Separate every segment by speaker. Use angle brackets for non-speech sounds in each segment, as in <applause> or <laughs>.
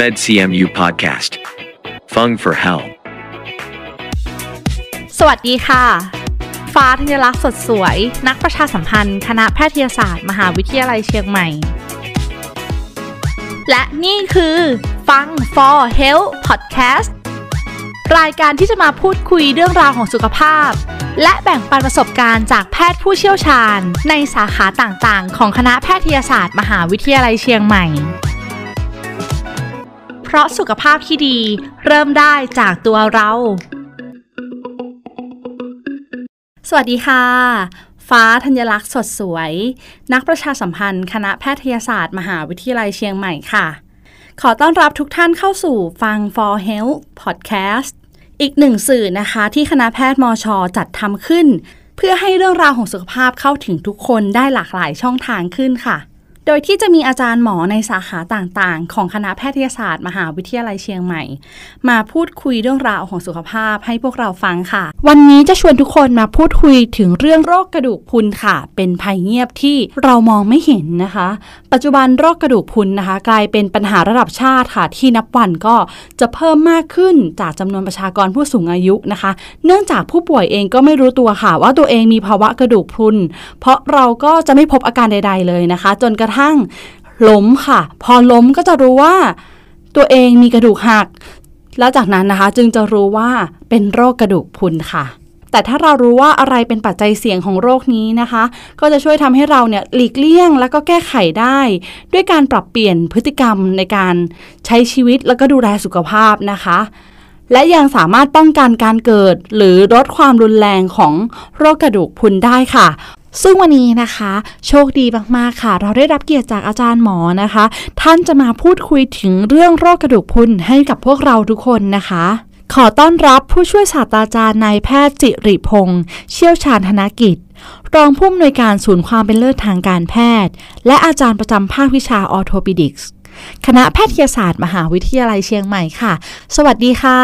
Speaker 1: MedCMU Podcast. Fung for Hell.
Speaker 2: สวัสดีค่ะ ฟ้าธัญลักษณ์สดสวย นักประชาสัมพันธ์ คณะแพทยศาสตร์ มหาวิทยาลัยเชียงใหม่ และนี่คือฟัง for health podcast รายการที่จะมาพูดคุยเรื่องราวของสุขภาพ และแบ่งปันประสบการณ์จากแพทย์ผู้เชี่ยวชาญ ในสาขาต่างๆ ของคณะแพทยศาสตร์ มหาวิทยาลัยเชียงใหม่ เพราะสุขภาพที่ดีเริ่มได้จากตัวเรา สวัสดีค่ะ ฟ้าธัญลักษณ์สดสวย นักประชาสัมพันธ์ คณะแพทยศาสตร์ มหาวิทยาลัยเชียงใหม่ค่ะ ขอต้อนรับทุกท่านเข้าสู่ฟัง For Health Podcast อีกหนึ่งสื่อนะคะที่คณะแพทย์มอชอจัดทำขึ้น เพื่อให้เรื่องราวของสุขภาพเข้าถึงทุกคนได้หลากหลายช่องทางขึ้นค่ะ โดยที่จะมีอาจารย์หมอในสาขาต่างๆ ของคณะแพทยศาสตร์ มหาวิทยาลัยเชียงใหม่ มาพูดคุยเรื่องราวของสุขภาพให้พวกเราฟังค่ะ วันนี้จะชวนทุกคนมาพูดคุยถึงเรื่องโรคกระดูกพรุนค่ะ เป็นภัยเงียบที่เรามองไม่เห็นนะคะ ปัจจุบันโรคกระดูกพรุนนะคะ กลายเป็นปัญหาระดับชาติค่ะ ที่นับวันก็จะเพิ่มมากขึ้นจากจำนวนประชากรผู้สูงอายุนะคะ เนื่องจากผู้ป่วยเองก็ไม่รู้ตัวค่ะ ว่าตัวเองมีภาวะกระดูกพรุน เพราะเราก็จะไม่พบอาการใด ๆ เลยนะคะ จนกระทั่งล้มค่ะ พอล้มก็จะรู้ว่า ตัวเองมีกระดูกหัก แล้วจากนั้นนะคะจึงจะรู้ว่าเป็นโรคกระดูกพรุนค่ะ แต่ถ้าเรารู้ว่าอะไรเป็นปัจจัยเสี่ยงของโรคนี้นะคะ ก็จะช่วยทำให้เราเนี่ยหลีกเลี่ยงแล้วก็แก้ไขได้ ด้วยการปรับเปลี่ยนพฤติกรรมในการใช้ชีวิตแล้วก็ดูแลสุขภาพนะคะ และยังสามารถป้องกันการเกิด หรือลดความรุนแรงของโรคกระดูกพรุนได้ค่ะ ซึ่งวันนี้นะคะ โชคดีมากๆค่ะ เราได้รับเกียรติจากอาจารย์หมอนะคะ ท่านจะมาพูดคุยถึงเรื่องโรคกระดูกพรุนให้กับพวกเราทุกคนนะคะ ขอต้อนรับผู้ช่วยศาสตราจารย์นายแพทย์จิริพงศ์เชี่ยวชาญธนกิจ รองผู้อำนวยการศูนย์ความเป็นเลิศทางการแพทย์ และอาจารย์ประจำภาควิชาออร์โทปิดิกส์คณะแพทยศาสตร์ มหาวิทยาลัยเชียงใหม่ค่ะ สวัสดีค่ะ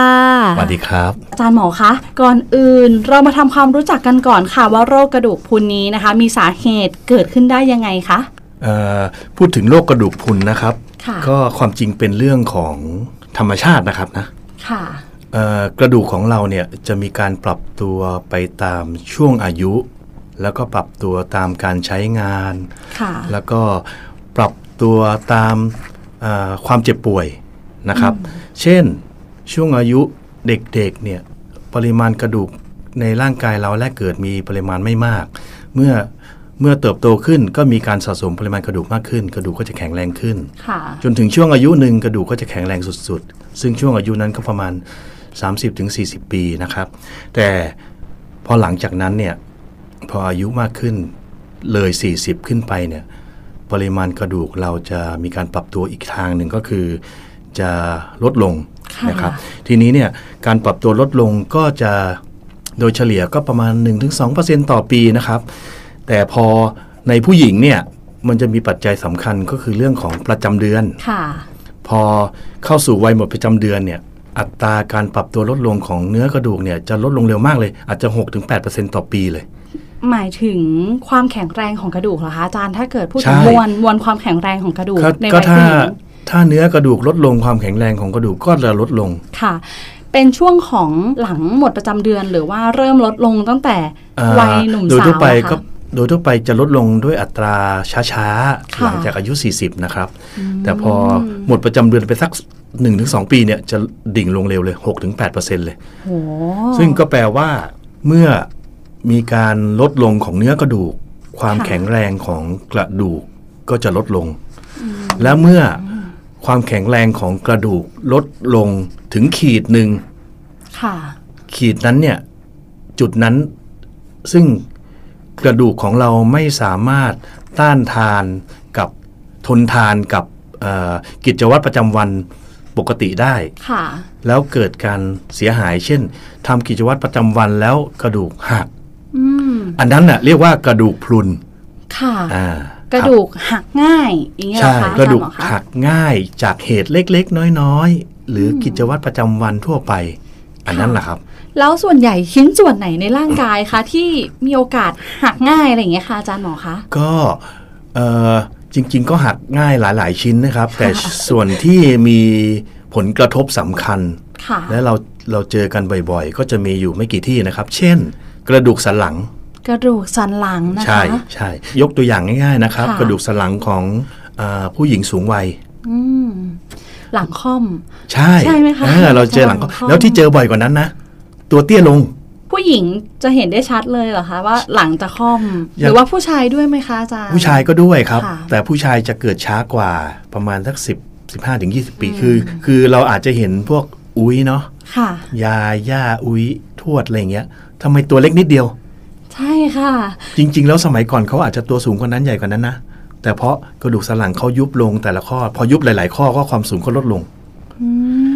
Speaker 3: สวัสดีครับ
Speaker 2: อาจารย์หมอคะ ก่อนอื่นเรามาทำความรู้จักกันก่อนค่ะ ว่าโรคกระดูกพรุนนี้นะคะ มีสาเหตุเกิดขึ้นได้ยังไงคะ
Speaker 3: เอ่อพูดถึงโรคกระดูกพรุนนะครับ
Speaker 2: ค่ะ
Speaker 3: ก็ความจริงเป็นเรื่องของธรรมชาตินะครับนะ
Speaker 2: ค่ะ
Speaker 3: เอ่อกระดูกของเราเนี่ยจะมีการปรับตัวไปตามช่วงอายุ แล้วก็ปรับตัวตามการใช้งาน
Speaker 2: ค่ะ
Speaker 3: แล้วก็ปรับตัวตามเอ่อความเจ็บป่วยนะครับ เช่นช่วงอายุเด็กๆเนี่ยปริมาณกระดูกในร่างกายเราแรกเกิดมีปริมาณไม่มาก เมื่อเมื่อเติบโตขึ้นก็มีการสะสมปริมาณกระดูกมากขึ้น กระดูกก็จะแข็งแรงขึ้น
Speaker 2: ค่ะ
Speaker 3: จนถึงช่วงอายุหนึ่งกระดูกก็จะแข็งแรงสุดๆ ซึ่งช่วงอายุนั้นก็ประมาณ 30-40 ปีนะครับ แต่พอหลังจากนั้นเนี่ยพออายุมากขึ้นเลย 40 ขึ้นไปเนี่ยปริมาณกระดูกเราจะมีการปรับตัวอีกทางหนึ่งก็คือจะลดลงนะครับ ทีนี้เนี่ยการปรับตัวลดลงก็จะโดยเฉลี่ยก็ประมาณ 1-2%ต่อปีนะครับ แต่พอในผู้หญิงเนี่ยมันจะมีปัจจัยสำคัญก็คือเรื่องของประจำเดือน
Speaker 2: ค่ะ
Speaker 3: พอเข้าสู่วัยหมดประจำเดือนเนี่ยอัตราการปรับตัวลดลงของเนื้อกระดูกเนี่ยจะลดลงเร็วมากเลย อาจจะ6-8%ต่อปีเลย
Speaker 2: หมายถึงความแข็งแรงของกระดูกเหรอคะอาจารย์ ถ้าเกิดพูด
Speaker 3: ใช่
Speaker 2: ถึงมวลมวลความแข็งแรงของกระดูก
Speaker 3: ก็
Speaker 2: ใน
Speaker 3: ก็
Speaker 2: วัยผู้ห
Speaker 3: ถ้า
Speaker 2: ญิง
Speaker 3: ถ้าเนื้อกระดูกลดลงความแข็งแรงของกระดูกก็จะลดลง
Speaker 2: ค่ะ เป็นช่วงของหลังหมดประจำเดือน หรือว่าเริ่มลดลงตั้งแต่
Speaker 3: เอ่อ
Speaker 2: วัยหนุ่ม
Speaker 3: โดย
Speaker 2: สาว
Speaker 3: ทั่วไป
Speaker 2: อะค่ะ
Speaker 3: ก็โดยทั่วไปจะลดลงด้วยอัตราช้าๆ
Speaker 2: ค่ะ
Speaker 3: หลังจากอายุ 40 นะครับ แต่พอหมดประจำเดือนไปสัก 1-2 ปีเนี่ยจะดิ่งลงเร็วเลย6-8%เลย
Speaker 2: โอ้
Speaker 3: ซึ่งก็แปลว่าเมื่อมีการลดลงของเนื้อกระดูก ความแข็งแรงของกระดูกก็จะลดลง และเมื่อความแข็งแรงของกระดูกลดลงถึงขีดหนึ่ง
Speaker 2: ค่ะ
Speaker 3: ขีดนั้นเนี่ยจุดนั้นซึ่งกระดูกของเราไม่สามารถต้านทานกับทนทานกับเอ่อกิจวัตรประจำวันปกติได้
Speaker 2: ค่ะ
Speaker 3: แล้วเกิดการเสียหาย เช่นทำกิจวัตรประจำวันแล้วกระดูกหัก
Speaker 2: อืม
Speaker 3: อันนั้นน่ะเรียกว่ากระดูกพรุน
Speaker 2: ค่ะ
Speaker 3: อ่าก ก
Speaker 2: ระดูกหักง่ายอย่างเงี้ยเหร
Speaker 3: ใช่
Speaker 2: อคะ
Speaker 3: กระดูก
Speaker 2: อาจาย์หมอค
Speaker 3: หักง่ายจากเหตุเล็กๆ น้อยๆ หรือกิจวัตรประจำวันทั่วไป อันนั้นแหละครับ
Speaker 2: แล้วส่วนใหญ่ชิ้นส่วนไหนในร่างกายคะ ที่มีโอกาสหักง่ายอะไรอย่างเงี้ยคะอาจารย์หมอคะ
Speaker 3: ก็เอ่อ จริง ๆ ก็หักง่ายหลาย ๆ ชิ้น
Speaker 2: <laughs>
Speaker 3: นะครับ แต่ส่วนที่มีผลกระทบสำคัญ
Speaker 2: ค่ะ
Speaker 3: และเราเราเจอกันบ่อยๆ ก็จะมีอยู่ไม่กี่ที่นะครับ เช่น กระดูกสันหลัง
Speaker 2: กระดูกสันหลังนะคะ
Speaker 3: ใช่ใช่ยกตัวอย่างง่ายๆนะครับ
Speaker 2: ค่ะ
Speaker 3: กระดูกสันหลังของอาผู้หญิงสูงวัย
Speaker 2: อืมหลังค่อม
Speaker 3: ใช่
Speaker 2: ใช่ไหมคะ
Speaker 3: เออเราเจอหลัง
Speaker 2: หลังค่อม
Speaker 3: แล้วที่เจอบ่อยกว่านั้นนะ ตัวเตี้ยลง
Speaker 2: ผู้หญิงจะเห็นได้ชัดเลยเหรอคะว่าหลังจะค่อม
Speaker 3: อ
Speaker 2: ห
Speaker 3: ย่าง
Speaker 2: รือว่าผู้ชายด้วยไหมคะอาจารย์
Speaker 3: ผู้ชายก็ด้วยครับ
Speaker 2: ค่ะ
Speaker 3: แต่ผู้ชายจะเกิดช้ากว่าประมาณสัก10 15ถึง20 ปี คือ คือเราอาจจะเห็นพวกอุ้ยเนาะ
Speaker 2: ค่ะ
Speaker 3: ยาย่าอุ้ยทวดอะไรอย่างเงี้ยทำไมตัวเล็กนิดเดียว
Speaker 2: ใช่ค่ะ
Speaker 3: จริง ๆ แล้วสมัยก่อนเขาอาจจะตัวสูงกว่านั้นใหญ่กว่านั้นนะ แต่เพราะกระดูกสันหลังเขายุบลงแต่ละข้อ พอยุบหลาย ๆ ข้อก็ความสูงก็ลดลง
Speaker 2: อื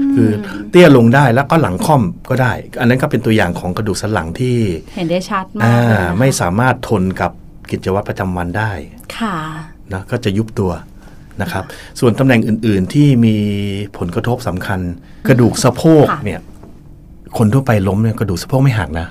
Speaker 2: ม
Speaker 3: คือเตี้ยลงได้แล้วก็หลังค่อมก็ได้ อันนั้นก็เป็นตัวอย่างของกระดูกสันหลังที่
Speaker 2: เห็นได้ชัดมาก
Speaker 3: อ่า
Speaker 2: เลยนะคะ
Speaker 3: ไม่สามารถทนกับกิจวัตรประจำวันได้
Speaker 2: ค่ะ
Speaker 3: นะก็จะยุบตัวนะครับ ส่วนตำแหน่งอื่น ๆ ที่มีผลกระทบสำคัญ กระดูกสะโพก
Speaker 2: ค่ะ
Speaker 3: เนี่ย คนทั่วไปล้มเนี่ยกระดูกสะโพกไม่หักนะ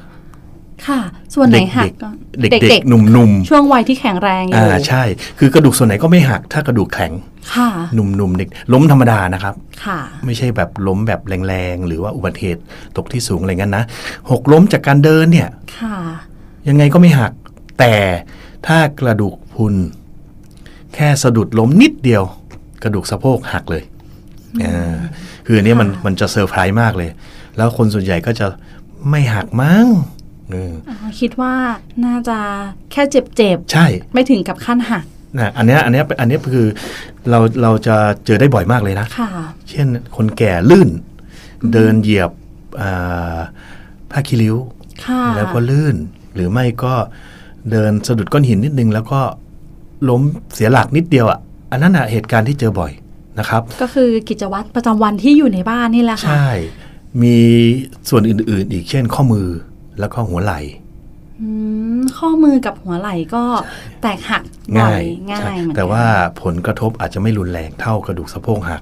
Speaker 2: ค่ะ ส่วนไหนหัก
Speaker 3: เด็ก
Speaker 2: ก่อน
Speaker 3: ๆเด็กๆหนุ่ม
Speaker 2: ช่วงวัยที่แข็งแรงอ
Speaker 3: ๆ
Speaker 2: ยู่
Speaker 3: อ่าใช่ คือกระดูกส่วนไหนก็ไม่หัก ถ้ากระดูกแข็ง
Speaker 2: ค่ะ
Speaker 3: หนุ่มๆเด็กล้มธรรมดานะครับ
Speaker 2: ค่ะ
Speaker 3: ไม่ใช่แบบล้มแบบแรงๆ หรือว่าอุบัติเหตุตกที่สูงอะไรเงี้ยนะหกล้มจากการเดินเนี่ย
Speaker 2: ค่ะ
Speaker 3: ยังไงก็ไม่หัก แต่ถ้ากระดูกพรุน แค่สะดุดล้มนิดเดียว กระดูกสะโพกหักเลยอ่าคืออันเนี้ยมันมันจะเซอร์ไพรส์มากเลย แล้วคนส่วนใหญ่ก็จะไม่หักมั้งเออ
Speaker 2: คิดว่าน่าจะแค่เจ็บ
Speaker 3: ใช่
Speaker 2: ๆ ไม่ถึงกับขั้นหัก
Speaker 3: นะอันเนี้ยอันเนี้ยอันเนี้ยคือเราเราจะเจอได้บ่อยมากเลยนะ
Speaker 2: ค่ะ
Speaker 3: เช่นคนแก่ลื่น เดินเหยียบอ่าผ้าคีริ้ว
Speaker 2: ค่ะ
Speaker 3: แล้วก็ลื่นหรือไม่ก็เดินสะดุดก้อนหินนิดนึง แล้วก็ล้มเสียหลักนิดเดียวอ่ะอันนั้นอ่ะเหตุการณ์ที่เจอบ่อยนะครับ
Speaker 2: ก็คือกิจวัตรประจำวันที่อยู่ในบ้านนี่แหละค่ะ
Speaker 3: ใช่ มีส่วนอื่นๆ อีกเช่นข้อมือแล้วก็หัวไหล่
Speaker 2: อืมข้อมือกับหัวไหล่ก็แตกหักบ่อ
Speaker 3: ง่าย
Speaker 2: ง่า
Speaker 3: ใช่
Speaker 2: ยเหมือนกัน
Speaker 3: แต่ว่าผลกระทบอาจจะไม่รุนแรงเท่ากระดูกสะโพกหัก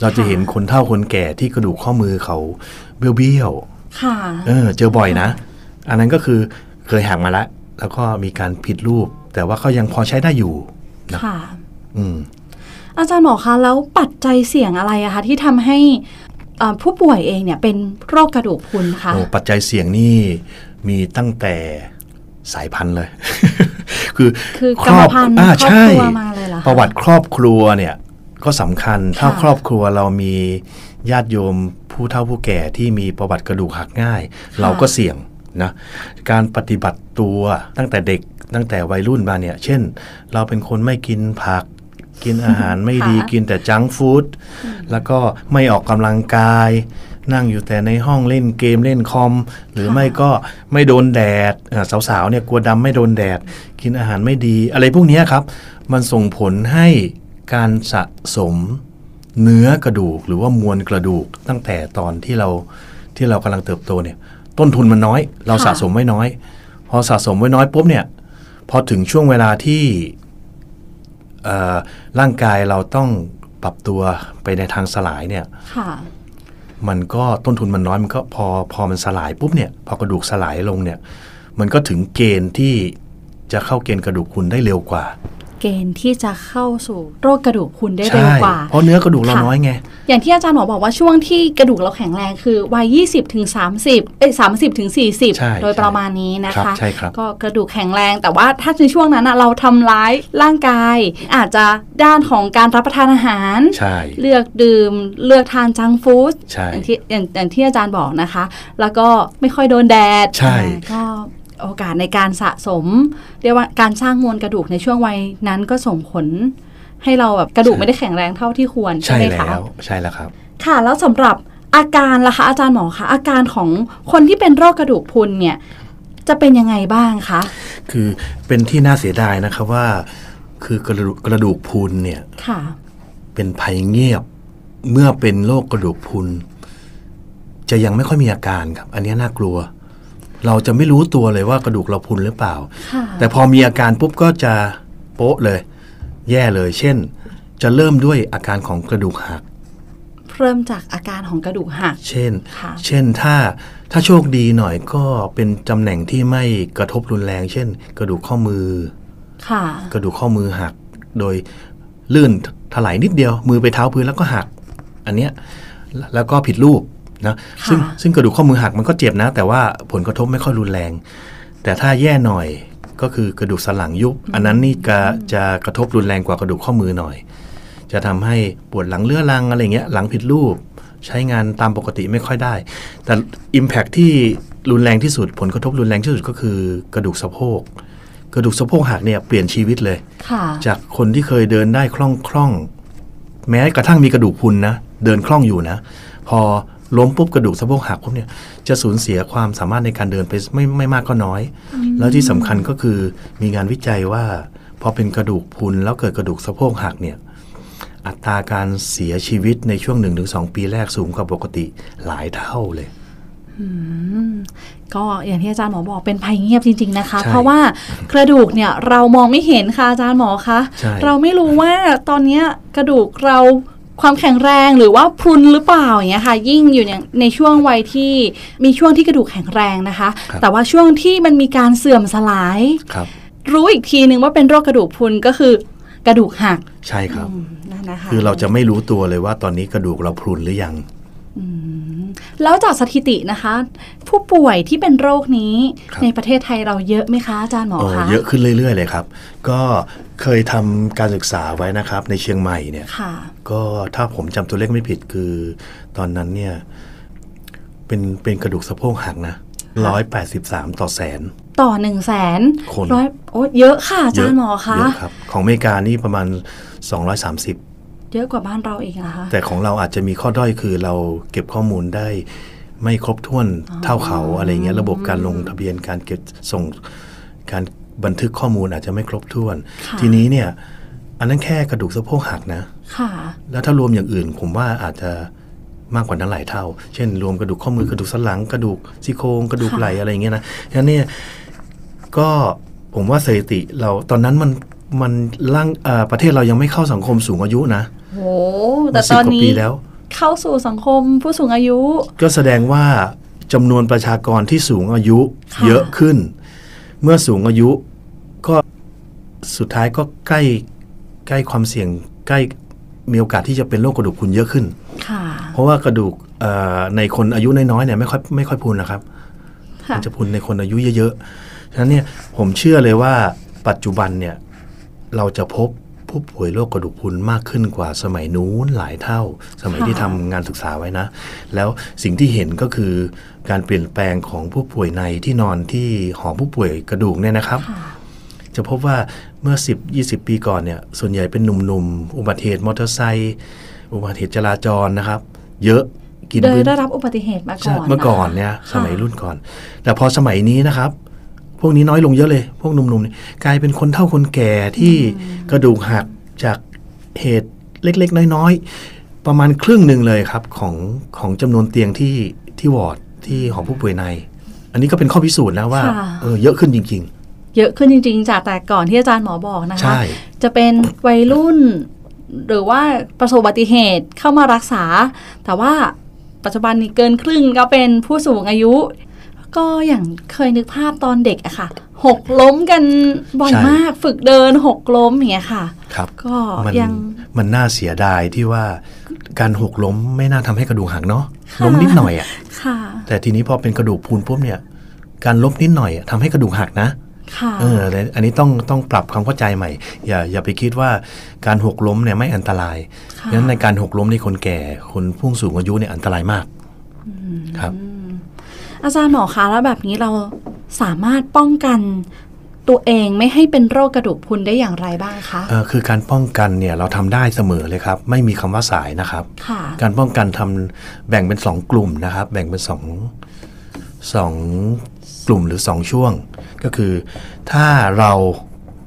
Speaker 3: เราจะ
Speaker 2: ค่ะ
Speaker 3: เห็นคนเฒ่าคนแก่ที่กระดูกข้อมือเขาเบี้ยวๆ
Speaker 2: ค่ะ
Speaker 3: เออเจอบ่อยนะ อันนั้นก็คือเคยหักมาแล้ว แล้วก็มีการผิดรูป แต่ว่าก็ยังพอใช้ได้อยู่นะ
Speaker 2: ค่ะ
Speaker 3: อืม
Speaker 2: อาจารย์หมอคะแล้วปัจจัยเสี่ยงอะไรอะคะที่ทำให้เอ่อผู้ป่วยเองเนี่ยเป็นโรคกระดูกพรุนคะ
Speaker 3: โอ้ปัจจัยเสี่ยงนี่มีตั้งแต่สายพันธุ์เลย <laughs> คือ
Speaker 2: คือกรรมพันธุ์
Speaker 3: อ่า
Speaker 2: ครอบครัว
Speaker 3: ใช่
Speaker 2: มาเลยเหรอคะ
Speaker 3: ประวัติครอบครัวเนี่ยก็สำคัญ ถ้า
Speaker 2: ค่ะ
Speaker 3: ครอบครัวเรามีญาติโยมผู้เฒ่าผู้แก่ที่มีประวัติกระดูกหักง่าย เราก็เสี่ยงนะการปฏิบัติตัวตั้งแต่เด็กตั้งแต่วัยรุ่นมาเนี่ย เช่น เราเป็นคนไม่กินผัก กินอาหารไม่ดี
Speaker 2: ค่ะ
Speaker 3: กินแต่จังก์ฟู้ดแล้วก็ไม่ออกกำลังกาย นั่งอยู่แต่ในห้องเล่นเกมเล่นคอม หรือไม่ก็ไม่โดนแดดเอ่อสาวๆเนี่ยกลัวดำไม่โดนแดด กินอาหารไม่ดี อะไรพวกเนี้ยครับ มันส่งผลให้การสะสมเนื้อกระดูกหรือว่ามวลกระดูกตั้งแต่ตอนที่เราที่เรากำลังเติบโตเนี่ย ต้นทุนมันน้อย เรา
Speaker 2: ค่ะ
Speaker 3: สะสมไว้น้อย พอสะสมไว้น้อยปุ๊บเนี่ยพอถึงช่วงเวลาที่ เอ่อร่างกายเราต้องปรับตัวไปในทางสลายเนี่ย
Speaker 2: ค่ะ
Speaker 3: มันก็ต้นทุนมันน้อยมันก็พอพอมันสลายปุ๊บเนี่ย พอกระดูกสลายลงเนี่ย มันก็ถึงเกณฑ์ที่จะเข้าเกณฑ์กระดูกคุณได้เร็วกว่า
Speaker 2: เกณฑ์ที่จะเข้าสู่โรคกระดูกพรุนได้เร็วกว่า
Speaker 3: เพราะเนื้อกระดูกเรา
Speaker 2: ค่ะ
Speaker 3: น้อยไง
Speaker 2: อย่างที่อาจารย์หมอบอกว่าช่วงที่กระดูกเราแข็งแรงคือวัย 20ถึง30เอ้ย30ถึง
Speaker 3: ใช่
Speaker 2: 40 โดยประมาณนี้นะ
Speaker 3: ครั
Speaker 2: คะ
Speaker 3: บใช่ครับ
Speaker 2: ก็กระดูกแข็งแรงแต่ว่าถ้าในช่วงนั้นน่ะเราทำร้ายร่างกาย อาจจะด้านของการรับประทานอาหาร
Speaker 3: ใช่
Speaker 2: เลือกดื่มเลือกทานจังก์ฟู้ด
Speaker 3: ใช่
Speaker 2: อย่างที่อย่างอย่างที่อาจารย์บอกนะคะ แล้วก็ไม่ค่อยโดนแดด
Speaker 3: ใช่
Speaker 2: อ่าก็โอกาสในการสะสม เรียกว่าการสร้างมวลกระดูกในช่วงวัยนั้นก็ส่งผล ให้เราแบบกระดูกไม่ได้แข็งแรงเท่าที่ควรใช่
Speaker 3: ใช่
Speaker 2: ไหมคะ
Speaker 3: แล้วใช่แล้วครับ
Speaker 2: ค่ะ แล้วสำหรับอาการล่ะคะอาจารย์หมอคะอาการของคนที่เป็นโรคกระดูกพรุนเนี่ย จะเป็นยังไงบ้างคะ
Speaker 3: คือเป็นที่น่าเสียดายนะครับว่า คือกระดูกกระดูกพรุนเนี่ย
Speaker 2: ค่ะ
Speaker 3: เป็นภัยเงียบเมื่อเป็นโรคกระดูกพรุน จะยังไม่ค่อยมีอาการครับ อันนี้น่ากลัว เราจะไม่รู้ตัวเลยว่ากระดูกเราพรุนหรือเปล่า
Speaker 2: ค่ะ
Speaker 3: แต่พอมีอาการปุ๊บก็จะโป๊ะเลย แย่เลย เช่น จะเริ่มด้วยอาการของกระดูกหัก
Speaker 2: เริ่มจากอาการของกระดูกหัก
Speaker 3: เช่น
Speaker 2: ค่ะ
Speaker 3: เช่นถ้าถ้าโชคดีหน่อยก็เป็นตำแหน่งที่ไม่กระทบรุนแรง เช่น กระดูกข้อมือ
Speaker 2: ค่ะ
Speaker 3: กระดูกข้อมือหัก โดย ลื่นถลายนิดเดียว มือไปเท้าพื้นแล้วก็หัก อันเนี้ยแล้วแล้วก็ผิดรูปนะซึ่งซึ่งกระดูกข้อมือหักมันก็เจ็บนะ แต่ว่าผลกระทบไม่ค่อยรุนแรง แต่ถ้าแย่หน่อยก็คือกระดูกสันหลังยุบ อันนั้นนี่จะจะกระทบรุนแรงกว่ากระดูกข้อมือหน่อย จะทำให้ปวดหลังเลื้อรังอะไรเงี้ยหลังผิดรูป ใช้งานตามปกติไม่ค่อยได้ แต่ Impact ที่รุนแรงที่สุดผลกระทบรุนแรงที่สุดก็คือกระดูกสะโพก กระดูกสะโพกหักเนี่ยเปลี่ยนชีวิตเลย
Speaker 2: ค่ะ
Speaker 3: จากคนที่เคยเดินได้คล่องคล่องๆแม้กระทั่งมีกระดูกพรุนนะ เดินคล่องอยู่นะ พอล้มปุ๊บกระดูกสะโพกหักปุ๊บเนี่ยจะสูญเสียความสามารถในการเดินไปไม่ไม่มากก็น้อย แล้วที่สำคัญก็คือมีงานวิจัยว่าพอเป็นกระดูกพรุนแล้วเกิดกระดูกสะโพกหักเนี่ย อัตราการเสียชีวิตในช่วง 1-2 ปีแรกสูงกว่าปกติหลายเท่าเลย
Speaker 2: ก็อย่างที่อาจารย์หมอบอกเป็นภัยเงียบจริง ๆนะคะ
Speaker 3: ใช่
Speaker 2: เพราะว่ากระดูกเนี่ยเรามองไม่เห็นค่ะอาจารย์หมอคะ
Speaker 3: ใช่
Speaker 2: เราไม่รู้ว่าตอนเนี้ยกระดูกเราความแข็งแรงหรือว่าพรุนหรือเปล่าอย่างเงี้ยค่ะ ยิ่งอยู่ในในช่วงวัยที่มีช่วงที่กระดูกแข็งแรงนะคะ แต่ว่าช่วงที่มันมีการเสื่อมสลาย
Speaker 3: ครับ
Speaker 2: รู้อีกทีนึงว่าเป็นโรคกระดูกพรุนก็คือกระดูกหัก
Speaker 3: ใช่ครับ
Speaker 2: นั่นนะคะ
Speaker 3: คือเราจะไม่รู้ตัวเลยว่าตอนนี้กระดูกเราพรุนหรือยัง
Speaker 2: แล้วจากสถิตินะคะ ผู้ป่วยที่เป็นโรคนี้
Speaker 3: ครับ
Speaker 2: ในประเทศไทยเราเยอะไหมคะอาจารย์หมอ
Speaker 3: โอ้
Speaker 2: คะ
Speaker 3: เยอะขึ้นเรื่อย ๆ เลยครับ ก็เคยทำการศึกษาไว้นะครับ ในเชียงใหม่เนี่ย
Speaker 2: ค่ะ
Speaker 3: ก็ถ้าผมจำตัวเลขไม่ผิดคือตอนนั้นเนี่ย เป็นเป็นกระดูกสะโพกหักนะร้อยแปดสิบสามต่อแสน
Speaker 2: ต่อหนึ่งแสน
Speaker 3: คน
Speaker 2: ร้อยโอ้เยอะค่ะอาจารย์หมอคะ
Speaker 3: เยอะครับ ของอเมริกานี่ประมาณ 230
Speaker 2: เยอะกว่าบ้านเราเองนะคะ
Speaker 3: แต่ของเราอาจจะมีข้อด้อยคือเราเก็บข้อมูลได้ไม่ครบถ้วนเท่าเขาอะไรเงี้ยระบบการลงทะเบียนการเก็บส่งการบันทึกข้อมูลอาจจะไม่ครบถ้วน
Speaker 2: ค่ะ
Speaker 3: ทีนี้เนี่ย อันนั้นแค่กระดูกสะโพกหักนะ
Speaker 2: ค่ะ
Speaker 3: แล้วถ้ารวมอย่างอื่น ผมว่าอาจจะมากกว่านั้นหลายเท่า เช่น รวมกระดูกข้อมือกระดูกสันหลัง กระดูกซี่โครงกระดูก
Speaker 2: ค่ะ
Speaker 3: ไหล่อะไรอย่างเงี้ยนะฉะนั้นเนี่ยก็ผมว่าสถิติเราตอนนั้นมันมันร่างเอ่อประเทศเรายังไม่เข้าสังคมสูงอายุนะ
Speaker 2: โหแต่
Speaker 3: สิ
Speaker 2: ต
Speaker 3: บ
Speaker 2: อน
Speaker 3: กว่า
Speaker 2: นี้
Speaker 3: ปีแล้ว
Speaker 2: เข้าสู่สังคมผู้สูงอายุ
Speaker 3: ก็แสดงว่าจำนวนประชากรที่สูงอายุ
Speaker 2: ค่ะ
Speaker 3: เยอะขึ้น เมื่อสูงอายุก็สุดท้ายก็ใกล้ใกล้ความเสี่ยงใกล้มีโอกาสที่จะเป็นโรคกระดูกพรุนเยอะขึ้น
Speaker 2: ค่ะ
Speaker 3: เพราะว่ากระดูกเอ่อในคนอายุน้อยๆเนี่ยไม่ค่อยไม่ค่อยพรุนนะครับ
Speaker 2: ค่ะ
Speaker 3: มันจะพรุนในคนอายุเยอะๆ ฉะนั้นเนี่ยผมเชื่อเลยว่าปัจจุบันเนี่ยเราจะพบผู้ป่วยโรคกระดูกพรุนมากขึ้นกว่าสมัยนู้นหลายเท่า สมัยที่ทำงานศึกษาไว้นะ แล้วสิ่งที่เห็นก็คือการเปลี่ยนแปลงของผู้ป่วยในที่นอนที่หอผู้ป่วยกระดูกเนี่ยนะครับ จะพบว่าเมื่อ 10 20 ปีก่อนเนี่ยส่วนใหญ่เป็นหนุ่มๆ อุบัติเหตุมอเตอร์ไซค์อุบัติเหตุจราจรนะครับ เยอะกิน
Speaker 2: โดย
Speaker 3: พื้น
Speaker 2: ได้รับอุบัติเหตุมาก่
Speaker 3: ใช่
Speaker 2: อน
Speaker 3: เมื่อก่อนะคะ เนี่ยสมัย
Speaker 2: ค่ะ
Speaker 3: รุ่นก่อน แต่พอสมัยนี้นะครับ พวกนี้น้อยลงเยอะเลย พวกหนุ่มๆเนี่ยกลายเป็นคนเท่าคนแก่ที่กระดูกหักจากเหตุเล็กๆ น้อยๆ ประมาณครึ่งหนึ่งเลยครับของของจำนวนเตียงที่ที่วอร์ดที่หอผู้ป่วยใน อันนี้ก็เป็นข้อพิสูจน์นะว่าเออเยอะขึ้นจริง
Speaker 2: เยอะขึ้นจริง ๆ จากแต่ก่อนที่อาจารย์หมอบอกนะ
Speaker 3: ๆ
Speaker 2: คะ
Speaker 3: ใช่
Speaker 2: จะเป็นวัยรุ่น หรือว่าประสบอุบัติเหตุเข้ามารักษา แต่ว่าปัจจุบันนี้เกินครึ่งก็เป็นผู้สูงอายุ ก็อย่างเคยนึกภาพตอนเด็กอะค่ะ หกล้มกันบ่อย
Speaker 3: ใช่
Speaker 2: มากฝึกเดินหกล้มอย่างเงี้ยค่ะ
Speaker 3: ครับ
Speaker 2: ก็
Speaker 3: มัน
Speaker 2: ยัง
Speaker 3: มันน่าเสียดายที่ว่าการหกล้มไม่น่าทำให้กระดูกหักเนาะ
Speaker 2: ค่ะ
Speaker 3: ล้มนิดหน่อยอ่ะ
Speaker 2: ค่ะ
Speaker 3: แต่ทีนี้พอเป็นกระดูกพรุนปุ๊บเนี่ย การลบนิดหน่อยอะทำให้กระดูกหักนะ
Speaker 2: ค่ะ
Speaker 3: เออแต่อันนี้ต้องต้องปรับความเข้าใจใหม่ อย่าอย่าไปคิดว่าการหกล้มเนี่ยไม่อันตราย
Speaker 2: ค่ะ
Speaker 3: งั้นในการหกล้มในคนแก่ คนผู้สูงอายุเนี่ยอันตรายมากครับ
Speaker 2: อาจารย์หมอคะแล้วแบบนี้เราสามารถป้องกันตัวเองไม่ให้เป็นโรคกระดูกพรุนได้อย่างไรบ้างคะ
Speaker 3: เอ่อคือการป้องกันเนี่ยเราทำได้เสมอเลยครับ ไม่มีคำว่าสายนะครับ
Speaker 2: ค่ะ
Speaker 3: การป้องกันทำแบ่งเป็นสองกลุ่มนะครับ แบ่งเป็นสองสองกลุ่มหรือสองช่วง ก็คือถ้าเรา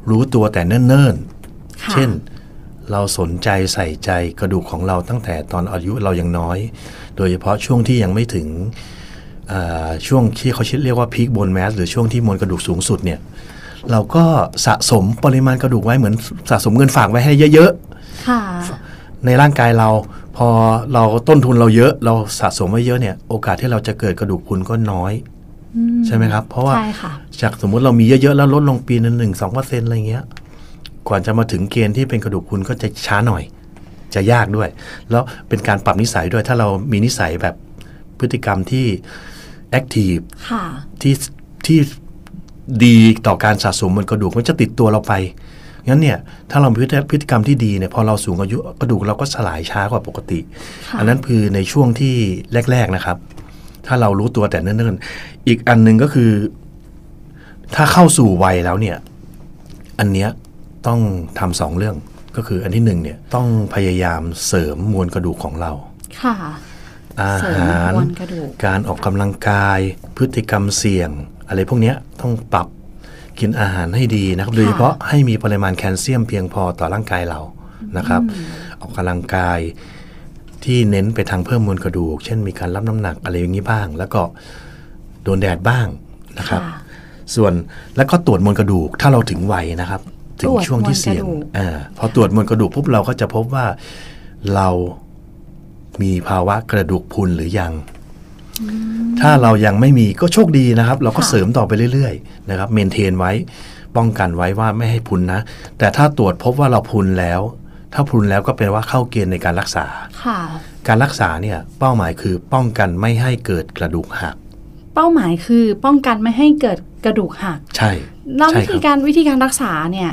Speaker 3: รู้ตัวแต่เนิ่น
Speaker 2: ค่ะ
Speaker 3: ๆ เช่นเราสนใจใส่ใจกระดูกของเราตั้งแต่ตอนอายุเรายังน้อย โดยเฉพาะช่วงที่ยังไม่ถึงเอ่อช่วงที่เขาเรียกว่าพีคบนแมสหรือช่วงที่มวลกระดูกสูงสุดเนี่ยเราก็สะสมปริมาณกระดูกไว้เหมือนสะสมเงินฝากไว้ให้เยอะๆ
Speaker 2: ค่ะ
Speaker 3: ในร่างกายเราพอเราต้นทุนเราเยอะ เราสะสมไว้เยอะเนี่ยโอกาสที่เราจะเกิดกระดูกพรุนก็น้อย ใช่ไหมครับ เพราะว่า
Speaker 2: ใช่ค่ะ
Speaker 3: จากสมมุติเรามีเยอะๆแล้วลดลงปีนึงหนึ่งสองเปอร์เซ็นต์อะไรเงี้ย กว่าจะมาถึงเกณฑ์ที่เป็นกระดูกพรุนก็จะช้าหน่อย จะยากด้วย แล้วเป็นการปรับนิสัยด้วยถ้าเรามีนิสัยแบบพฤติกรรมที่แอคทีฟ
Speaker 2: ค่ะ
Speaker 3: ที่ที่ดีต่อการสะสมบนกระดูกมันจะติดตัวเราไป งั้นเนี่ยถ้าเรามีพฤติพฤติกรรมที่ดีเนี่ยพอเราสูงอายุกระดูกเราก็สลายช้ากว่าปกติ
Speaker 2: ค่ะ
Speaker 3: อันนั้นคือในช่วงที่แรก ๆนะครับ ถ้าเรารู้ตัวแต่เนิ่นๆ อีกอันหนึ่งก็คือ ถ้าเข้าสู่วัยแล้วเนี่ย อันเนี้ยต้องทำสองเรื่องก็คืออันที่หนึ่งเนี่ยต้องพยายามเสริมมวลกระดูกของเรา
Speaker 2: ค่ะ
Speaker 3: อา
Speaker 2: เสริม
Speaker 3: หาร
Speaker 2: มวลกระดูก
Speaker 3: การออกกำลังกาย พฤติกรรมเสี่ยง อะไรพวกเนี้ยต้องปรับกินอาหารให้ดีนะครับ โดยเฉพาะให้มีปริมาณแคลเซียมเพียงพอต่อร่างกายเรานะครับ ออกกำลังกายที่เน้นไปทางเพิ่มมวลกระดูก เช่นมีการรับน้ำหนักอะไรอย่างนี้บ้าง แล้วก็โดนแดดบ้างนะครับ
Speaker 2: ค่ะ
Speaker 3: ส่วนแล้วก็ตรวจมวลกระดูกถ้าเราถึงวัยนะครับ ถึงช่วงที่เสี่ยง
Speaker 2: ตรวจมวลกระดูก
Speaker 3: อาพอตรวจมวลกระดูกปุ๊บเราก็จะพบว่าเรามีภาวะกระดูกพรุนหรือยัง ถ้าเรายังไม่มีก็โชคดีนะครับ เราก็เสริมต่อไปเรื่อยๆนะครับเมนเทนไว้ป้องกันไว้ว่าไม่ให้พรุนนะ แต่ถ้าตรวจพบว่าเราพรุนแล้ว ถ้าพรุนแล้วก็เป็นว่าเข้าเกณฑ์ในการรักษา
Speaker 2: ค่ะ
Speaker 3: การรักษาเนี่ยเป้าหมายคือป้องกันไม่ให้เกิดกระดูกหัก
Speaker 2: เป้าหมายคือป้องกันไม่ให้เกิดกระดูกหัก
Speaker 3: ใช่
Speaker 2: แล้ว
Speaker 3: ใช่
Speaker 2: วิ
Speaker 3: ค
Speaker 2: ธี
Speaker 3: รับ
Speaker 2: การวิธีการรักษาเนี่ย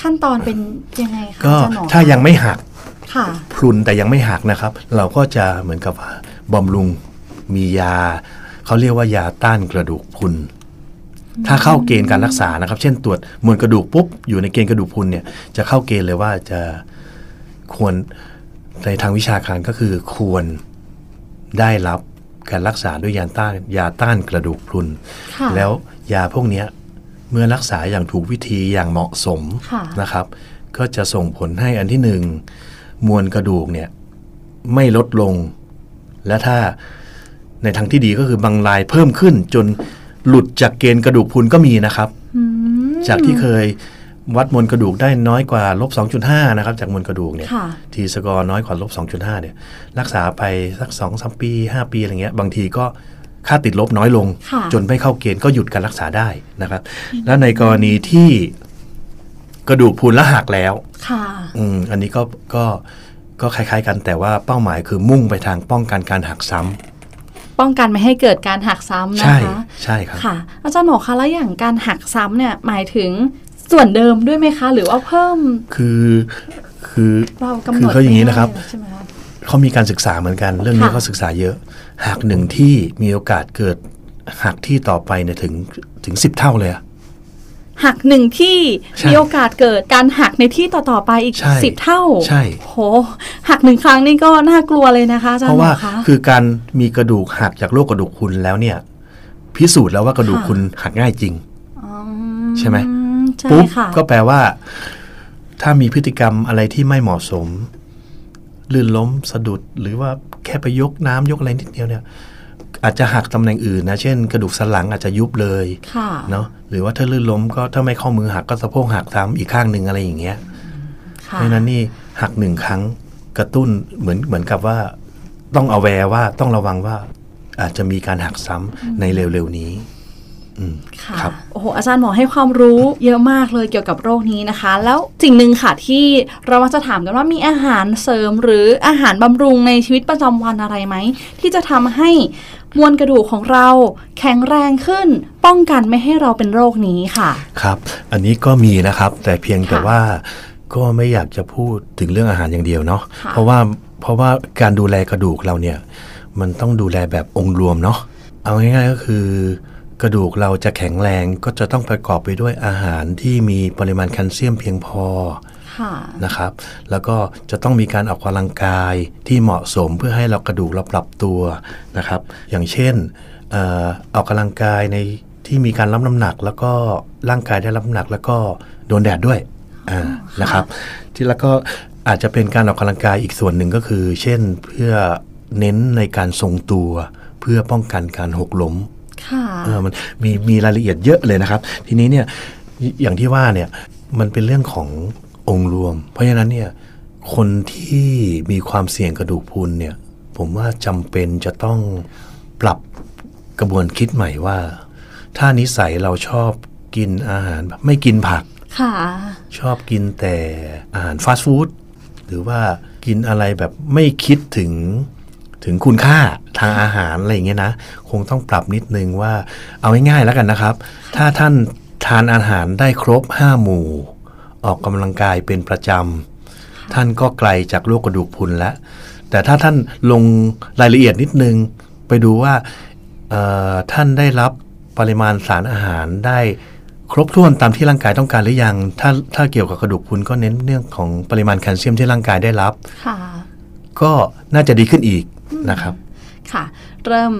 Speaker 2: ขั้นตอนเป็นยังไงคะ
Speaker 3: ก็
Speaker 2: อาจารย์หมอ
Speaker 3: ถ้ายังไม่หัก
Speaker 2: ค่ะ
Speaker 3: พรุนแต่ยังไม่หักนะครับ เราก็จะเหมือนกับว่าบำรุงมียา เขาเรียกว่ายาต้านกระดูกพรุน ถ้าเข้าเกณฑ์การรักษานะครับ เช่นตรวจมวลกระดูกปุ๊บอยู่ในเกณฑ์กระดูกพรุนเนี่ยจะเข้าเกณฑ์เลยว่าจะควรในทางวิชาการก็คือควรได้รับการรักษาด้วยยาต้านยาต้านกระดูกพรุน
Speaker 2: ค่ะ
Speaker 3: แล้วยาพวกเนี้ยเมื่อรักษาอย่างถูกวิธีอย่างเหมาะสม
Speaker 2: ค่ะ
Speaker 3: นะครับ ก็จะส่งผลให้อันที่หนึ่งมวลกระดูกเนี่ยไม่ลดลง และถ้าในทางที่ดีก็คือบางรายเพิ่มขึ้น จนหลุดจากเกณฑ์กระดูกพรุนก็มีนะครับ
Speaker 2: อืม
Speaker 3: จากที่เคยวัดมวลกระดูกได้น้อยกว่าลบ2.5นะครับจากมวลกระดูกเนี่ย
Speaker 2: ค่ะ
Speaker 3: ทีสกอร์น้อยกว่าลบ 2.5 เนี่ย รักษาไปสัก2อสปี 5 ปีอะไรเงี้ย บางทีก็ค่าติดลบน้อยลง
Speaker 2: ค่ะ
Speaker 3: จนไม่เข้าเกณฑ์ก็หยุดการรักษาได้นะครับ แล้วในกรณีที่กระดูกพรุนและหักแล้ว
Speaker 2: ค่ะ
Speaker 3: อืมอันนี้ก็ก็ก็คล้ายๆกันแต่ว่าเป้าหมายคือมุ่งไปทางป้องกันการหักซ้ำ
Speaker 2: ป้องกันไม่ให้เกิดการหักซ้ำนะ
Speaker 3: ใช่
Speaker 2: คะ
Speaker 3: ใช่ครับ
Speaker 2: ค่ะ อาจารย์หมอคะแล้วอย่างการหักซ้ำเนี่ยหมายถึงส่วนเดิมด้วยไหมคะ หรือว่าเพิ่ม
Speaker 3: คือคือ
Speaker 2: เรากำหนด
Speaker 3: คือเขาอย่างนี้นะครับ
Speaker 2: ไม่ได้เลยใช่ไหมคะ
Speaker 3: เขามีการศึกษาเหมือนกัน เรื่องนี้
Speaker 2: ค่ะ
Speaker 3: เขาศึกษาเยอะ หากหนึ่งที่มีโอกาสเกิดหักที่ต่อไปเนี่ยถึงถึงสิบเท่าเลยอะ
Speaker 2: หักหนึ่งที่
Speaker 3: ใช่
Speaker 2: มีโอกาสเกิดการหักในที่ต่อๆไปอีก
Speaker 3: ใช่
Speaker 2: สิบเท่า
Speaker 3: ใช่
Speaker 2: โหหักหนึ่งครั้งนี่ก็น่ากลัวเลยนะคะอาจาร
Speaker 3: เพ
Speaker 2: ย์
Speaker 3: ราะ
Speaker 2: หม
Speaker 3: ว่า
Speaker 2: อคะ
Speaker 3: คือการมีกระดูกหักจากโรคกระดูกคุณแล้วเนี่ย พิสูจน์แล้วว่ากระดูก
Speaker 2: ค่ะ
Speaker 3: คุณหักง่ายจริง
Speaker 2: อื
Speaker 3: ใช่ไหม
Speaker 2: ใช่
Speaker 3: ปุ๊บ
Speaker 2: ค่ะ
Speaker 3: ก็แปลว่า ถ้ามีพฤติกรรมอะไรที่ไม่เหมาะสม ลื่นล้มสะดุดหรือว่าแค่ไปยกน้ำยกอะไรนิดเดียวเนี่ย อาจจะหักตำแหน่งอื่นนะเช่น กระดูกสันหลังอาจจะยุบเลย
Speaker 2: ค่ะ
Speaker 3: เนาะหรือว่าถ้าลื่นล้มก็ถ้าไม่ข้อมือหักก็สะโพกหักซ้ำอีกข้างหนึ่งอะไรอย่างเงี้ย เพ
Speaker 2: ค่ะ
Speaker 3: ราะฉะนั้นนี่หักหนึ่งครั้งกระตุ้นเหมือนเหมือนกับว่า ต้องเอาแวร์ว่าต้องระวังว่า อาจจะมีการหักซ้ำในเร็วๆนี้ อืม
Speaker 2: ค่ะ
Speaker 3: ครับ
Speaker 2: โอ้โหอาจารย์หมอให้ความรู้เยอะมากเลยเกี่ยวกับโรคนี้นะคะ แล้วสิ่งหนึ่งค่ะที่เรามักจะถามกันว่ามีอาหารเสริมหรืออาหารบำรุงในชีวิตประจำวันอะไรไหม ที่จะทำให้มวลกระดูกของเราแข็งแรงขึ้น ป้องกันไม่ให้เราเป็นโรคนี้ค่ะ
Speaker 3: ครับ อันนี้ก็มีนะครับ แต่เพียงแต่
Speaker 2: ค่ะ
Speaker 3: ว่าก็ไม่อยากจะพูดถึงเรื่องอาหารอย่างเดียวเนาะ
Speaker 2: ค่ะ
Speaker 3: เพราะว่าเพราะว่าการดูแลกระดูกเราเนี่ย มันต้องดูแลแบบองค์รวมเนาะเอาง่ายๆก็คือ กระดูกเราจะแข็งแรงก็จะต้องประกอบไปด้วยอาหารที่มีปริมาณแคลเซียมเพียงพอ
Speaker 2: ค่ะ
Speaker 3: นะครับ แล้วก็จะต้องมีการออกกำลังกายที่เหมาะสมเพื่อให้เรากระดูกเราปรับตัวนะครับ อย่างเช่นเอ่อออกกำลังกายในที่มีการรับน้ำหนัก แล้วก็ร่างกายได้รับน้ำหนัก แล้วก็โดนแดดด้วยอ่านะครับ ที่แล้วก็อาจจะเป็นการออกกำลังกายอีกส่วนหนึ่งก็คือ เช่นเพื่อเน้นในการทรงตัว เพื่อป้องกันการหกล้ม
Speaker 2: ค่ะ
Speaker 3: เออมันมีมีรายละเอียดเยอะเลยนะครับ ทีนี้เนี่ยอยอย่างที่ว่าเนี่ยมันเป็นเรื่องขององค์รวม เพราะฉะนั้นเนี่ยคนที่มีความเสี่ยงกระดูกพรุนเนี่ยผมว่าจำเป็นจะต้องปรับกระบวนคิดใหม่ว่า ถ้านิสัยเราชอบกินอาหารแบบไม่กินผัก
Speaker 2: ค่ะ
Speaker 3: ชอบกินแต่อาหารฟาสต์ฟู้ดหรือว่ากินอะไรแบบไม่คิดถึงถึงคุณค่าทางอาหารอะไรอย่างเงี้ยนะ คงต้องปรับนิดนึงว่าเอาง่ายๆแล้วกันนะครับ ถ้าท่านทานอาหารได้ครบ 5 หมู่ ออกกำลังกายเป็นประจำ ท่านก็ไกลจากโรคกระดูกพรุนแล้ว แต่ถ้าท่านลงรายละเอียดนิดนึง ไปดูว่าเอ่อท่านได้รับปริมาณสารอาหารได้ครบถ้วนตามที่ร่างกายต้องการหรือยัง ถ้าถ้าเกี่ยวกับกระดูกพรุนก็เน้นเรื่องของปริมาณแคลเซียมที่ร่างกายได้รับ
Speaker 2: ค่ะ
Speaker 3: ก็น่าจะดีขึ้นอีกนะครับ
Speaker 2: ค่ะ เริ่ม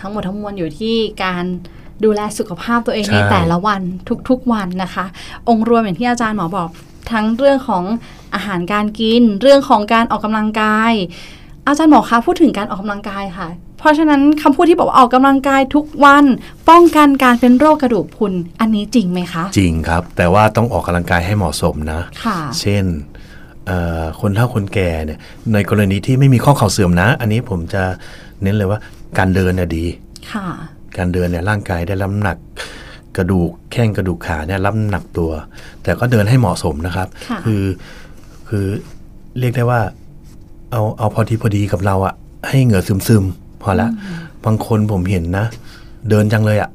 Speaker 2: ทั้งหมดทั้งมวลอยู่ที่การดูแลสุขภาพตัวเอง
Speaker 3: ใช่
Speaker 2: ในแต่ละวันทุกๆวันนะคะ องค์รวมอย่างที่อาจารย์หมอบอก ทั้งเรื่องของอาหารการกิน เรื่องของการออกกำลังกาย อาจารย์หมอคะพูดถึงการออกกำลังกายค่ะ เพราะฉะนั้นคำพูดที่บอกว่าออกกำลังกายทุกวัน ป้องกันการเป็นโรคกระดูกพรุนอันนี้จริงไหมคะ
Speaker 3: จริงครับ แต่ว่าต้องออกกำลังกายให้เหมาะสมนะ
Speaker 2: ค่ะ
Speaker 3: เช่นเอ่อคนเฒ่าคนแก่เนี่ยในกรณีที่ไม่มีข้อเข่าเสื่อมนะ อันนี้ผมจะเน้นเลยว่าการเดินน่ะดี
Speaker 2: ค่ะ
Speaker 3: การเดินเนี่ยร่างกายได้รับน้ำหนัก กระดูกแข้งกระดูกขาเนี่ยรับน้ำหนักตัว แต่ก็เดินให้เหมาะสมนะครับ
Speaker 2: ค่ะ
Speaker 3: อคือเรียกได้ว่าเอาเอาพอดีพอดีกับเราอะให้เหงื่อซึมซึมๆพอละบางคนผมเห็นนะ เดินจังเลยอะ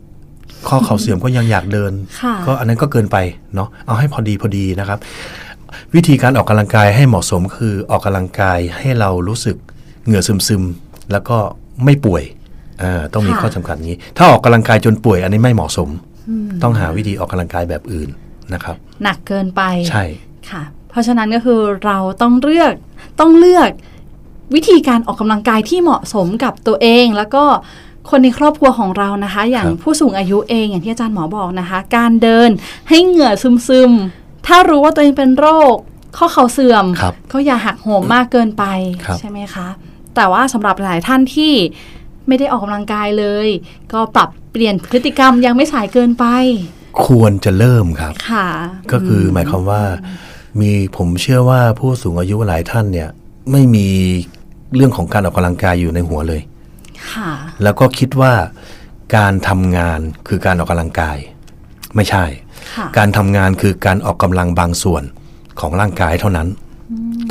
Speaker 3: ข้อเข่าเสื่อมก็ยังอยากเดิน
Speaker 2: ค่ะ
Speaker 3: ก็อันนั้นก็เกินไปเนาะเอาให้พอดีพอดีนะครับ วิธีการออกกำลังกายให้เหมาะสมคือออกกำลังกายให้เรารู้สึกเหงื่อซึมซึมๆแล้วก็ไม่ป่วยอ่าต้องมี
Speaker 2: ค่ะ
Speaker 3: ข้อจำกัดอย่างนี้ ถ้าออกกำลังกายจนป่วยอันนี้ไม่เหมาะสม ต้องหาวิธีออกกำลังกายแบบอื่นนะครับ
Speaker 2: หนักเกินไป
Speaker 3: ใช่
Speaker 2: ค่ะ เพราะฉะนั้นก็คือเราต้องเลือกต้องเลือกวิธีการออกกำลังกายที่เหมาะสมกับตัวเอง แล้วก็คนในครอบครัวของเรานะคะ อย่างผู้สูงอายุเองอย่างที่อาจารย์หมอบอกนะคะ การเดินให้เหงื่อซึมซึมๆถ้ารู้ว่าตัวเองเป็นโรค ข้อเข่าเสื่อม
Speaker 3: ครับ
Speaker 2: ก็อย่าหักโหมมากเกินไป
Speaker 3: ครับ
Speaker 2: ใช่ไหมคะ แต่ว่าสำหรับหลายท่านที่ไม่ได้ออกกำลังกายเลย ก็ปรับเปลี่ยนพฤติกรรมยังไม่สายเกินไป
Speaker 3: ควรจะเริ่มครับ
Speaker 2: ค่ะ
Speaker 3: ก็คือหมายความว่ามีผมเชื่อว่าผู้สูงอายุหลายท่านเนี่ยไม่มีเรื่องของการออกกำลังกายอยู่ในหัวเลย
Speaker 2: ค่ะ
Speaker 3: แล้วก็คิดว่าการทำงานคือการออกกำลังกาย ไม่ใช่
Speaker 2: ค่ะ
Speaker 3: การทำงานคือการออกกำลังบางส่วนของร่างกายเท่านั้น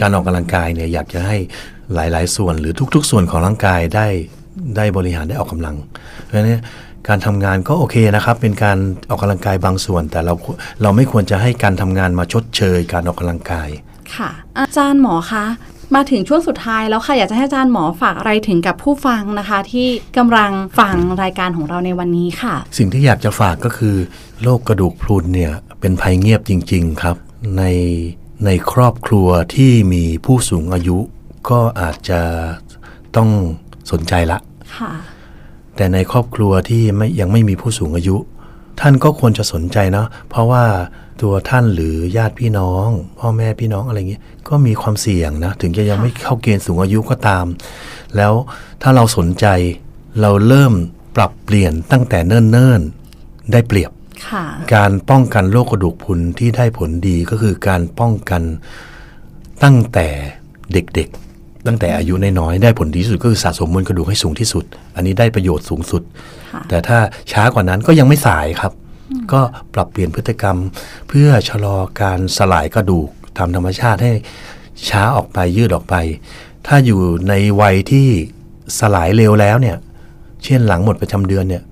Speaker 3: การออกกำลังกายเนี่ยอยากจะให้หลาย ๆ ส่วนหรือทุก ๆ ส่วนของร่างกายได้ได้บริหารได้ออกกำลัง เพราะฉะนั้นเนี่ยการทำงานก็โอเคนะครับ เป็นการออกกำลังกายบางส่วน แต่เราเราไม่ควรจะให้การทำงานมาชดเชย การออกกำลังกาย
Speaker 2: ค่ะ อาจารย์หมอคะมาถึงช่วงสุดท้ายแล้วค่ะ อยากจะให้อาจารย์หมอฝากอะไรถึงกับผู้ฟังนะคะ ที่กำลังฟังรายการของเราในวันนี้ค่ะ
Speaker 3: สิ่งที่อยากจะฝากก็คือโรคกระดูกพรุนเนี่ยเป็นภัยเงียบจริง ๆ ครับ ในในครอบครัวที่มีผู้สูงอายุ ก็อาจจะต้องสนใจละ
Speaker 2: ค่ะ
Speaker 3: แต่ในครอบครัวที่ไม่ยังไม่มีผู้สูงอายุ ท่านก็ควรจะสนใจเนาะเพราะว่าตัวท่านหรือญาติพี่น้อง พ่อแม่พี่น้องอะไรเงี้ยก็มีความเสี่ยงนะ ถึงจะยังไม่เข้าเกณฑ์สูงอายุก็ตาม แล้วถ้าเราสนใจเราเริ่มปรับเปลี่ยนตั้งแต่เนิ่นๆ ได้เปรียบ
Speaker 2: ค่ะ
Speaker 3: การป้องกันโรคกระดูกพรุนที่ได้ผลดีก็คือการป้องกันตั้งแต่เด็กๆ ตั้งแต่อายุน้อยๆได้ผลดีที่สุดก็คือสะสมมวลกระดูกให้สูงที่สุด อันนี้ได้ประโยชน์สูงสุด
Speaker 2: ค่ะ
Speaker 3: แต่ถ้าช้ากว่านั้นก็ยังไม่สายครับ ก็ปรับเปลี่ยนพฤติกรรม เพื่อชะลอการสลายกระดูกตามธรรมชาติให้ช้าออกไปยืดออกไป ถ้าอยู่ในวัยที่สลายเร็วแล้วเนี่ย เช่นหลังหมดประจำเดือนเนี่ย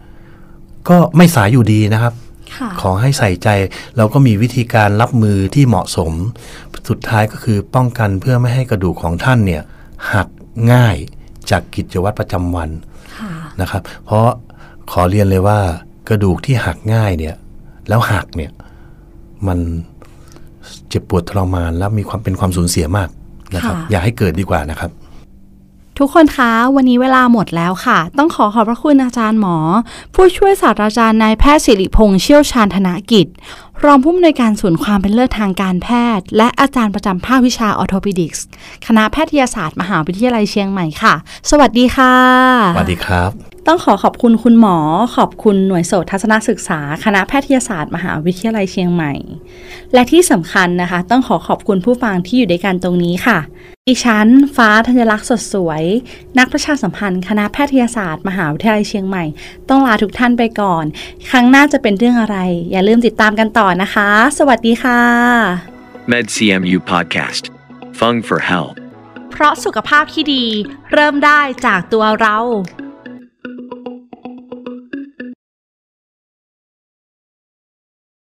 Speaker 3: ก็ไม่สายอยู่ดีนะครับ
Speaker 2: ค่ะ
Speaker 3: ขอให้ใส่ใจเราก็มีวิธีการรับมือที่เหมาะสม สุดท้ายก็คือป้องกันเพื่อไม่ให้กระดูกของท่านเนี่ยหักง่ายจากกิจวัตรประจำวัน
Speaker 2: ค่ะ
Speaker 3: นะครับ เพราะขอเรียนเลยว่ากระดูกที่หักง่ายเนี่ยแล้วหักเนี่ยมันเจ็บปวดทรมานและมีความเป็นความสูญเสียมากนะครับ
Speaker 2: ค่ะ
Speaker 3: อย่าให้เกิดดีกว่านะครับ
Speaker 2: ทุกคนคะ วันนี้เวลาหมดแล้วค่ะ ต้องขอขอบพระคุณอาจารย์หมอ ผู้ช่วยศาสตราจารย์นายแพทย์สิริพงษ์เชี่ยวชาญธนกิจ รองผู้อำนวยการศูนย์ความเป็นเลิศทางการแพทย์ และอาจารย์ประจำภาควิชาออร์โทปิดิกส์คณะแพทยศาสตร์มหาวิทยาลัยเชียงใหม่ค่ะ สวัสดีค่ะ
Speaker 3: สวัสดีครับ
Speaker 2: ต้องขอขอบคุณคุณหมอ ขอบคุณหน่วยโสตทัศนศึกษา คณะแพทยศาสตร์ มหาวิทยาลัยเชียงใหม่ และที่สำคัญนะคะ ต้องขอขอบคุณผู้ฟังที่อยู่ด้วยกันตรงนี้ค่ะดิฉัน ฟ้าธัญลักษณ์สดสวย นักประชาสัมพันธ์ คณะแพทยศาสตร์ มหาวิทยาลัยเชียงใหม่ ต้องลาทุกท่านไปก่อน ครั้งหน้าจะเป็นเรื่องอะไร อย่าลืมติดตามกันต่อ ต่อนะคะ สวัสดีค่ะ
Speaker 1: MedCMU Podcast. Fung for Health.
Speaker 2: เพราะสุขภาพที่ดี เริ่มได้จากตัวเรา